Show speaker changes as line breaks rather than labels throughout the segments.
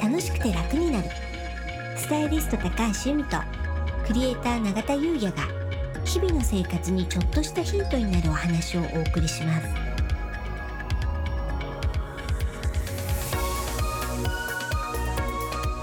楽しくて楽になるスタイリスト高橋由美とクリエイター永田優也が日々の生活にちょっとしたヒントになるお話をお送りします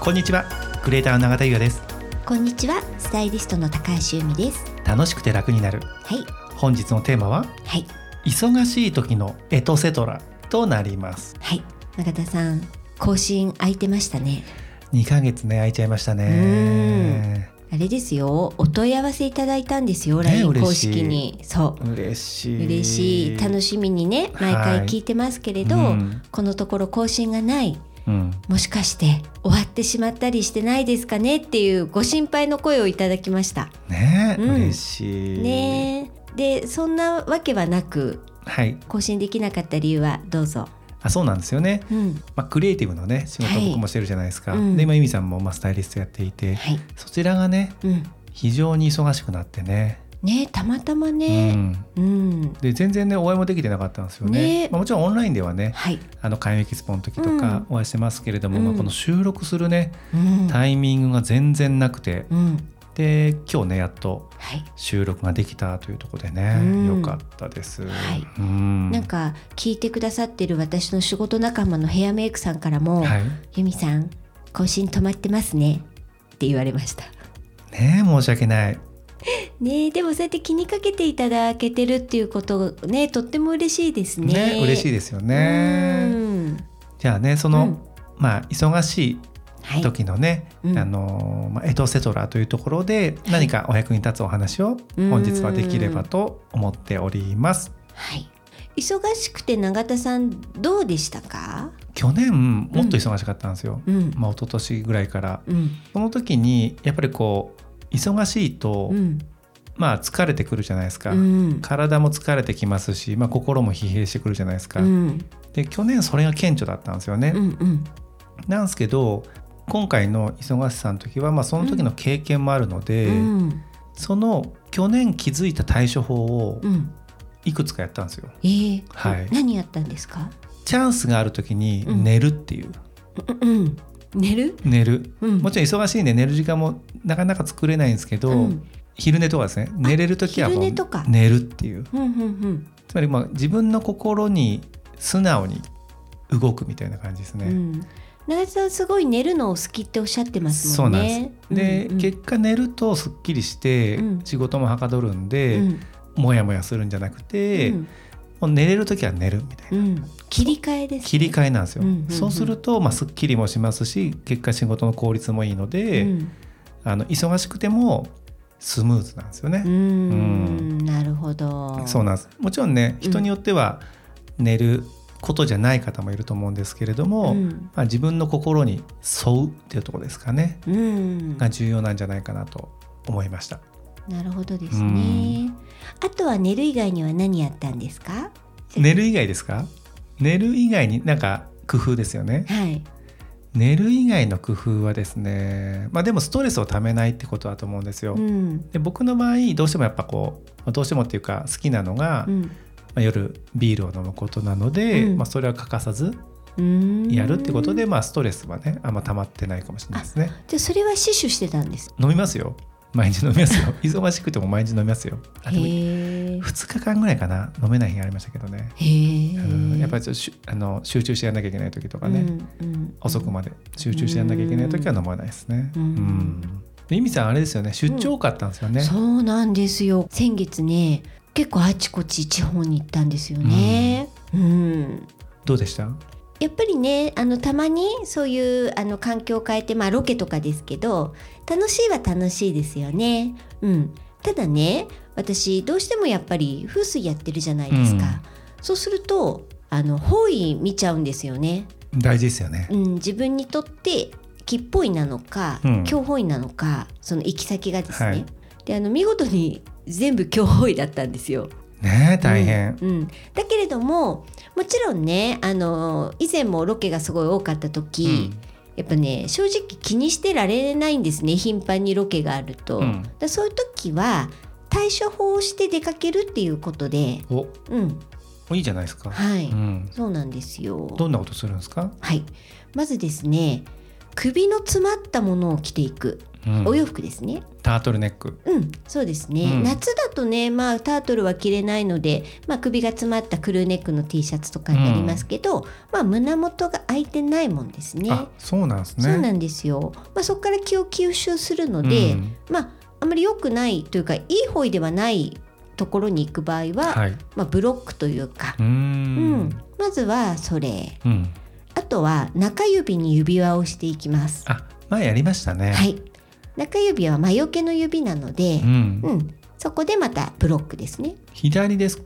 こんにちはクリエイターの永田優也です
こんにちはスタイリストの高橋由美です
楽しくて楽になる
はい
本日のテーマは
はい
忙しい時のエトセトラとなります
はい永田さん更新空いてましたね
2ヶ月ね空いちゃいましたね
あれですよお問い合わせいただいたんですよ
ね
LINE、
嬉
公
しい
式にそう
嬉しい
嬉しい楽しみにね毎回聞いてますけれど、
うん
このところ更新がない
うん
もしかして終わってしまったりしてないですかねっていうご心配の声をいただきました。
ね、
うん
嬉しい
ねえでそんなわけはなく
はい
更新できなかった理由はどうぞ。
あそうなんですよね
うん
まあ、クリエイティブのね仕事を
はい
僕もしてるじゃないですか、
うん
で今由美さんもまあスタイリストやっていて、
はい
そちらがね
うん、
非常に忙しくなってね、
ねえたまたま
う
ね、
ん、
うん
で全然ねお会いもできてなかったんですよね。
ね
まあ、もちろんオンラインではね
はい、
あの開運エキスポの時とかお会いしてますけれども、
うん
まあ、この収録するね
うん
タイミングが全然なくて、
うん
で今日ねやっと
はい
収録ができたというところでね、
うん
よかったです。
はい
うん
なんか聞いてくださってる私の仕事仲間のヘアメイクさんからも、
はい、
由美さん更新止まってますねって言われました
ね申し訳ない。
ねえでもそうやって気にかけていただけてるっていうことねとっても嬉しいですね
ね嬉しい
い
ですよね。じゃあねその、
うん
まあ忙しい
はい
時のね、
うん
あのまあ、エトセトラというところで何かお役に立つお話を本日はできればと思っております。
はい忙しくて永田さんどうでしたか
去年もっと忙しかったんですよ、
うん
まあ、一昨年ぐらいから
うん
その時にやっぱりこう忙しいと、
うん
まあ疲れてくるじゃないですか、
うん
体も疲れてきますし、まあ、心も疲弊してくるじゃないですか、
うん
で去年それが顕著だったんですよね、
うんうん
なんですけど今回の忙しさの時は、まあ、その時の経験もあるので、
うん
その去年気づいた対処法を
うん
いくつかやったんですよ。
えー
はい
何やったんですか
チャンスがある時に
うん
寝るっていう、
うんうん寝る
寝る
うん
もちろん忙しいんで寝る時間もなかなか作れないんですけど、
うん
昼寝とかですね寝れる時はもう
昼寝とか
寝るっていう
うんうん
つまりまあ自分の心に素直に動くみたいな感じです
うんう
ね。
ん永田さんすごい寝るのお好きっておっしゃってます
そ
も
うんなん
ね
ですで、
うんうん
結果寝るとすっきりして
うん
仕事もはかどるんで、
うん
もやもやするんじゃなくて、
うん
もう寝れる時は寝るみたいな。
うん、切り替えです、ね、
切り替えなんですよ、
うんうんうん
そうすると、まあ、すっきりもしますし結果仕事の効率もいいので、
うん
あの忙しくてもスムーズなんですよ
うー
ね、
んなるほど
そうなんですもちろんね
うん
人によっては寝ることじゃない方もいると思うんですけれども、
うん
まあ、自分の心に沿うっていうところですかね
うん
が重要なんじゃないかなと思いました
なるほどですねあとは寝る以外には何やったんですか
寝る以外ですか寝る以外になんか工夫ですよね
はい
寝る以外の工夫はですねまあでもストレスをためないってことだと思うんですよ、
うん
で僕の場合どうしてもやっぱこうどうしてもっていうか好きなのが、
う
ま
ん
あ、夜ビールを飲むことなので、
うん
まあ、それは欠かさず
うーん
やるってことで、まあ、ストレスはねあんま溜まってないかもしれないですね
じゃあそれは死守してたんです
飲みますよ毎日飲み ますよ忙しくても毎日飲みますよあ
へ
でも2
え
日間ぐらいかな飲めない日がありましたけどね、
へえ
うん、やっぱりちょっとしゅあの集中してやんなきゃいけない時とかね、
うんうん
遅くまで集中してやんなきゃいけない時は飲まないですね
う
うんん、でゆみさんあれですよね出張多かったんですよね、
そうなんですよ先月ね結構あちこち地方に行ったんですよねうん
どうでした
やっぱりねあのたまにそういうあの環境を変えて、まあ、ロケとかですけど楽しいは楽しいですよね。うん、ただね私どうしてもやっぱり風水やってるじゃないですか、
うん
そうするとあの方位見ちゃうんですよね。
大事ですよね、
うん、自分にとって吉方位なのか
うん
凶方位なのか、その行き先がですね。
はい
であの見事に全部凶方位だったんですよ。
ねえ大変、
うんうんだけれどももちろんねあの以前もロケがすごい多かった時、やっぱね正直気にしてられないんですね頻繁にロケがあると、
うん
だそういう時は対処法をして出かけるっていうことで
うんお
うん
おいいじゃないですか。
はい、
うん、
そうなんですよ
どんなことするんですか。
はいまずですね首の詰まったものを着ていく、
うん
お洋服ですね
タートルネック
うんそうですね、
うん
夏だとねまあタートルは着れないので、まあ、首が詰まったクルーネックの T シャツとかになりますけど、まあ胸元が開いてないもんですね
あそうなんですね
そうなんですよ、まあ、そこから気を吸収するので、
うん
まああまり良くないというかいい方位ではないところに行く場合は、
はい、う
まあ、ブロックというか、
ー
うん
ん
まずはそれ
うん
あとは中指に指輪をしていきます。
あ前やりましたね
はい、中指は魔除けの指なので
う、ん
うんそこでまたブロックですね。
左です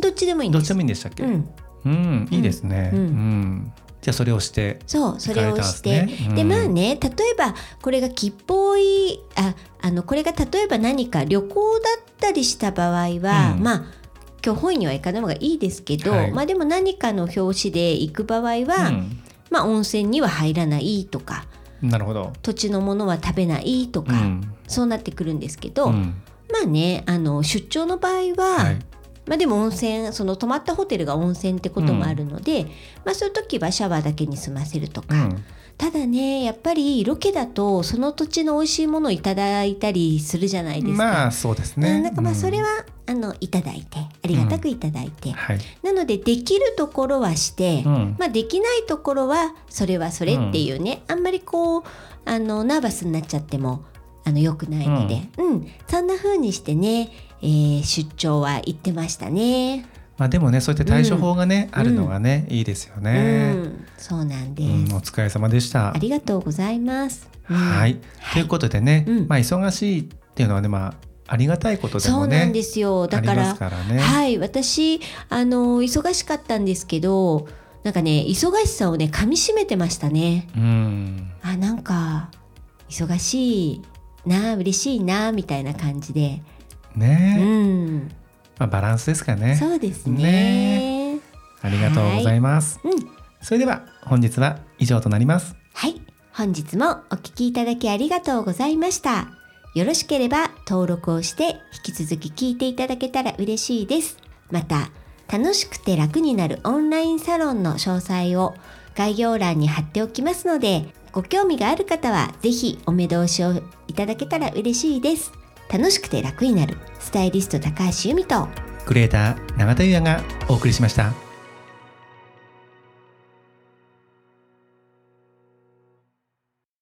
どっちでもいいん
ど
で
っち
す。
でもいいんでしたっけ
うん、
うんいいですね
う
うんん、じゃあそれをして
そうそ
行
れ
かれ
を
たんで
し
す
て、
ねうん
でまあね例えばこれが吉報いああのこれが例えば何か旅行だったりした場合は、
うん
まあ今日本には行かない方がいいですけど、
はい
まあでも何かの表紙で行く場合は、まあ温泉には入らないとか
うん、なるほど
土地のものは食べないとか、
うん
そうなってくるんですけど、
うん
まあねあの出張の場合は、
はい
まあ、でも温泉その泊まったホテルが温泉ってこともあるので、まあ、そういう時はシャワーだけに済ませると
う
か、
ん
ただねやっぱりロケだとその土地の美味しいものをいただいたりするじゃないですか。
まあそうです
う
ね
んなんかまあ
うん
それは、あのいただいてありがたくいただいて、
はい
なのでできるところはして、
うん
まあ、できないところはそれはそれっていうね、あんまりこうあのナーバスになっちゃってもあの良くないので、うんそんな風にしてね、えー出張は行ってましたね。
まあでもねそういった対処法がね、
うん
あるのがねいいですよ
う
ね、
ん、そうなんで
う
す、
んお疲れ様でした
ありがとうございます。うん
はいということでね、
うん
まあ忙しいっていうのはねまあありがたいことで
そ
も
うな
ね
んですよだ
あ
か
りま
ら
すからね、
はい私あの忙しかったんですけどなんかね忙しさをね噛みしめてましたね
うん
あなんか忙しいな嬉しいなみたいな感じで、
ね
う
え、
ん
まあ、バランスですかね
そうですね
ねありがとうございます、
はいうん
それでは本日は以上となります
はい本日もお聞きいただきありがとうございましたよろしければ登録をして引き続き聞いていただけたら嬉しいですまた楽しくて楽になるオンラインサロンの詳細を概要欄に貼っておきますのでご興味がある方はぜひお目通しをいただけたら嬉しいです楽しくて楽になるスタイリスト高橋由美と
クリエイター永田優也がお送りしました